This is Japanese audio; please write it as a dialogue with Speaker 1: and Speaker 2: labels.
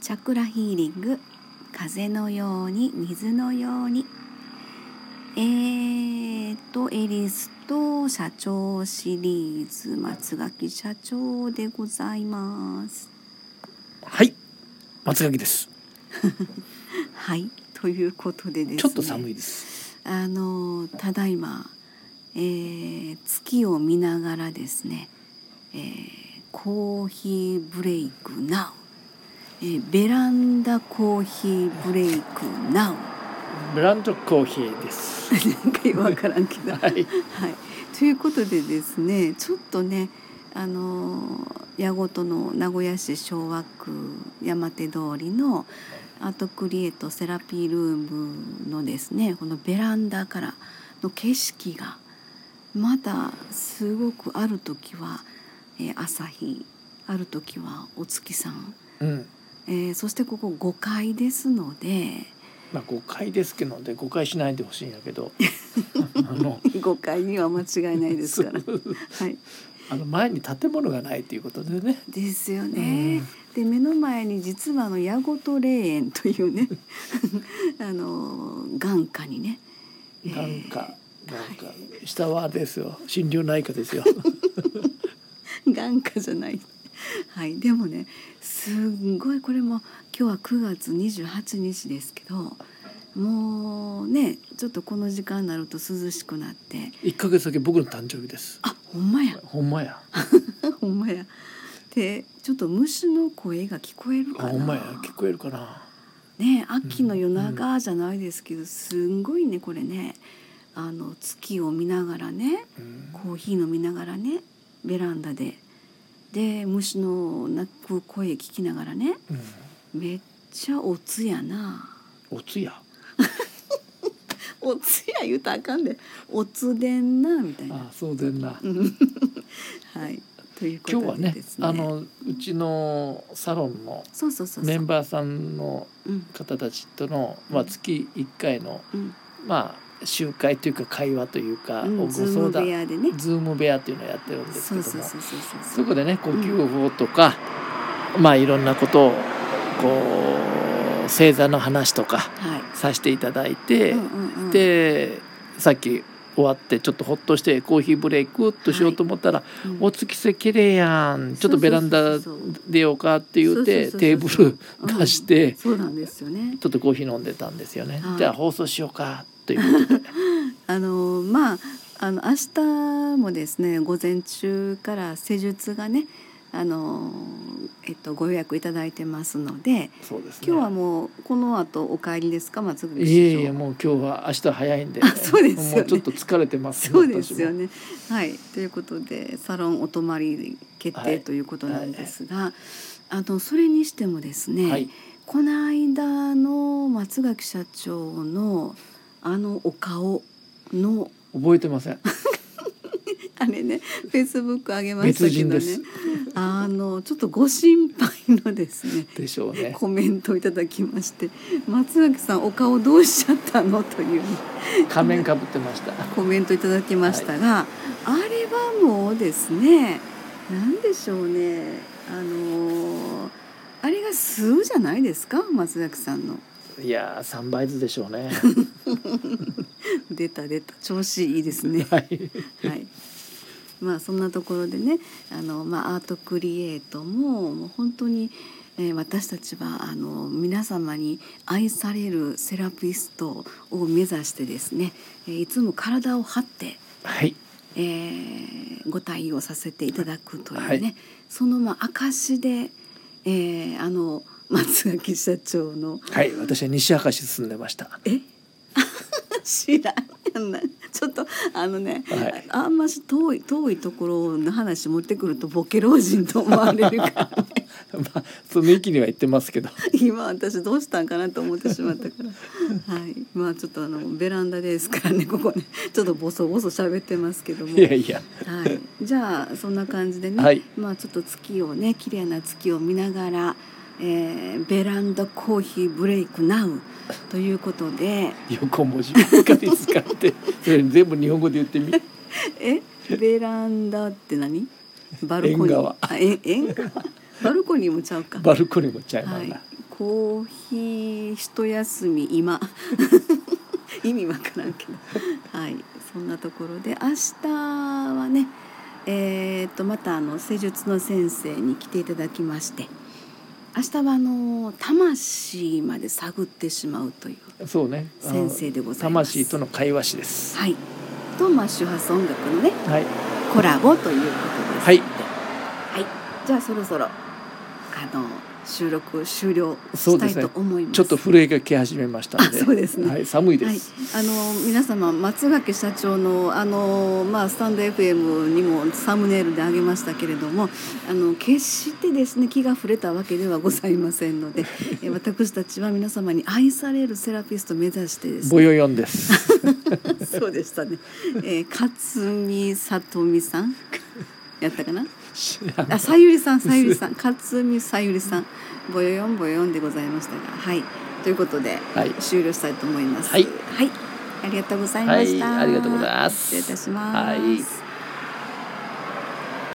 Speaker 1: チャクラヒーリング風のように水のようにえーとエリスと社長シリーズ松垣社長でございます
Speaker 2: はい松垣です
Speaker 1: はいということでですね
Speaker 2: ちょっと寒いです
Speaker 1: あのただいま、えー月を見ながらですね、えーコーヒーブレイクナウ、えーベランダコーヒーブレイクナウ
Speaker 2: ブランドコーヒーです
Speaker 1: なんかよくわからんけど、
Speaker 2: は い
Speaker 1: はい、ということでですねちょっとねあの矢事の名古屋市昭和区山手通りのアートクリエイトセラピールームのですねこのベランダからの景色がまだすごくある時は、えー朝日ある時はお月さん、
Speaker 2: うん
Speaker 1: えーそしてここ5階ですの で
Speaker 2: まあ誤解ですけどで誤解しないでほしいんや けどあの
Speaker 1: 5階には間違いないです から。
Speaker 2: そう
Speaker 1: はい
Speaker 2: あの前に建物がないということでね
Speaker 1: ですよね。で目の前に実はあの矢事霊園というね あの眼下にね、 えー
Speaker 2: 眼科なんか下はあれですよ心療内科で すよ
Speaker 1: 眼下じゃない。はい、でもねすんごいこれも今日は9月28日ですけどもうねちょっとこの時間になると涼しくなって
Speaker 2: 一ヶ月だけ僕の誕生日です
Speaker 1: あほんまや
Speaker 2: ほんまや
Speaker 1: ほんまやでちょっと虫の声が聞こえるかな
Speaker 2: ほんまや聞こえるかな
Speaker 1: ね秋の夜長じゃないですけど、すんごいねこれねあの月を見ながらね
Speaker 2: うん
Speaker 1: コーヒー飲みながらねベランダでで虫の鳴く声聞きながらね
Speaker 2: うん
Speaker 1: めっちゃおつやな
Speaker 2: おつや
Speaker 1: おつや言うたらあかんでおつでんなみた いな
Speaker 2: あそうでんな
Speaker 1: はいというこ
Speaker 2: 今日
Speaker 1: と
Speaker 2: は
Speaker 1: で
Speaker 2: ね
Speaker 1: ですね
Speaker 2: あのうちのサロンの
Speaker 1: そうそうそうそう
Speaker 2: メンバーさんの
Speaker 1: うん
Speaker 2: 方たちとの、まあ、月1回の、
Speaker 1: うん
Speaker 2: まあ、集会というか会話というかを
Speaker 1: う
Speaker 2: ご
Speaker 1: んズー
Speaker 2: 相
Speaker 1: ム部
Speaker 2: 談、
Speaker 1: 屋でね
Speaker 2: ズーム部屋っていうのをやってるんです
Speaker 1: そ
Speaker 2: け
Speaker 1: う
Speaker 2: ども
Speaker 1: そうそうそう
Speaker 2: そ
Speaker 1: そう
Speaker 2: こでね呼吸法とか、まあいろんなことをこう星座の話とか
Speaker 1: はい
Speaker 2: させていただいて、
Speaker 1: うんうんうん
Speaker 2: でさっき終わってちょっとほっとしてコーヒーブレイクっとしようと思ったら「
Speaker 1: うん
Speaker 2: お月星綺麗やんちょっとベランダ
Speaker 1: そうそうそうそう
Speaker 2: 出ようか」って言って
Speaker 1: そうそうそうそう
Speaker 2: テーブル出して、ち
Speaker 1: そうなんですよね。
Speaker 2: ょっとコーヒー飲んでたんですよね。
Speaker 1: はい
Speaker 2: じゃあ放送しようかとい うことで
Speaker 1: あのまああの明日もですね午前中から施術がねあのえっとご予約いただいてますので
Speaker 2: そうですね
Speaker 1: 今日はもうこの後お帰りですか松口
Speaker 2: い
Speaker 1: 市
Speaker 2: え
Speaker 1: 長
Speaker 2: いえもう今日は明日早いんで
Speaker 1: あそうですよね
Speaker 2: もうちょっと疲れてます
Speaker 1: そうです
Speaker 2: 私
Speaker 1: よ
Speaker 2: も
Speaker 1: ね。はい、ということでサロンお泊まり決
Speaker 2: は
Speaker 1: 定
Speaker 2: い
Speaker 1: ということなんですが、あのそれにしてもですね、
Speaker 2: はい
Speaker 1: この間の松垣社長のあのお顔の
Speaker 2: 覚えてません
Speaker 1: あれね、フェイスブック上げました
Speaker 2: 別
Speaker 1: け
Speaker 2: 人
Speaker 1: ど
Speaker 2: で
Speaker 1: ね
Speaker 2: す。
Speaker 1: あのちょっとご心配のですね。
Speaker 2: でしょうね
Speaker 1: コメントをいただきまして、松崎さんお顔どうしちゃったのという
Speaker 2: 仮面かぶってました
Speaker 1: コメントいただきましたが、あれはもうですね、なんでしょうね、あのあれが素じゃないですか、松崎さんの
Speaker 2: いやー三倍図でしょ うね
Speaker 1: 出た出た調子いいですね。
Speaker 2: はい
Speaker 1: はい。まあそんなところでね、あのまあアートクリエイトももう本当に、えー私たちはあの皆様に愛されるセラピストを目指してですね、えーいつも体を張って、
Speaker 2: はい
Speaker 1: えーご対応させていただくというね、
Speaker 2: はい
Speaker 1: そのまあ証で、えーあの松垣社長の
Speaker 2: はい私は西明石に住んでました
Speaker 1: え 知らんやんなちょっとあのね、
Speaker 2: はい
Speaker 1: あんまし遠い遠いところの話持ってくるとボケ老人と思われるから ね
Speaker 2: まあその域には行ってますけど
Speaker 1: 今私どうしたんかなと思ってしまった からはいまあちょっとあのベランダですからねここねちょっとボソボソ喋ってますけども
Speaker 2: い。やいや
Speaker 1: はい、じゃあそんな感じでね、
Speaker 2: はい
Speaker 1: まあちょっと月をね綺麗な月を見ながら、えーベランダコーヒーブレイクナウということで
Speaker 2: 横文字ばっかり 使ってそれ全部日本語で言ってみ
Speaker 1: えベランダって何バルコニー
Speaker 2: 縁側
Speaker 1: あえ縁側バルコニーもちゃうか
Speaker 2: バルコニーもちゃいま
Speaker 1: は
Speaker 2: ん
Speaker 1: い
Speaker 2: な、
Speaker 1: コーヒー一休み今 意味わからんけどはいそんなところで明日はねえーっとまたあの施術の先生に来ていただきまして明日はあの魂まで探ってしまうという
Speaker 2: そうねあの
Speaker 1: 先生でございます
Speaker 2: 魂との会話史です
Speaker 1: はいとまあ周波数音楽のね
Speaker 2: はい
Speaker 1: コラボということです
Speaker 2: はい
Speaker 1: はい、じゃあそろそろあの収録終了
Speaker 2: そう
Speaker 1: した
Speaker 2: です
Speaker 1: い
Speaker 2: ね
Speaker 1: と思います。
Speaker 2: ちょっと震えが来始めましたので
Speaker 1: あそうですね
Speaker 2: はい、寒いで
Speaker 1: はい
Speaker 2: す、、
Speaker 1: あの皆様松垣社長のあの、まあ、スタンド FM にもサムネイルであげましたけれどもあの決してですね気が触れたわけではございません のでえ私たちは皆様に愛されるセラピストを目指してですね
Speaker 2: ボヨヨンです。
Speaker 1: そうでしたね、えー、勝見さとみさんやったかな あ、さゆりさん、さゆりさん、勝見さゆりさん、ぼよよんぼよよんでございましたが、はい、ということで、
Speaker 2: はい
Speaker 1: 終了したいと思います。
Speaker 2: はい
Speaker 1: ありがとうございました。
Speaker 2: はいありがとうございます
Speaker 1: 失礼いたします。
Speaker 2: はい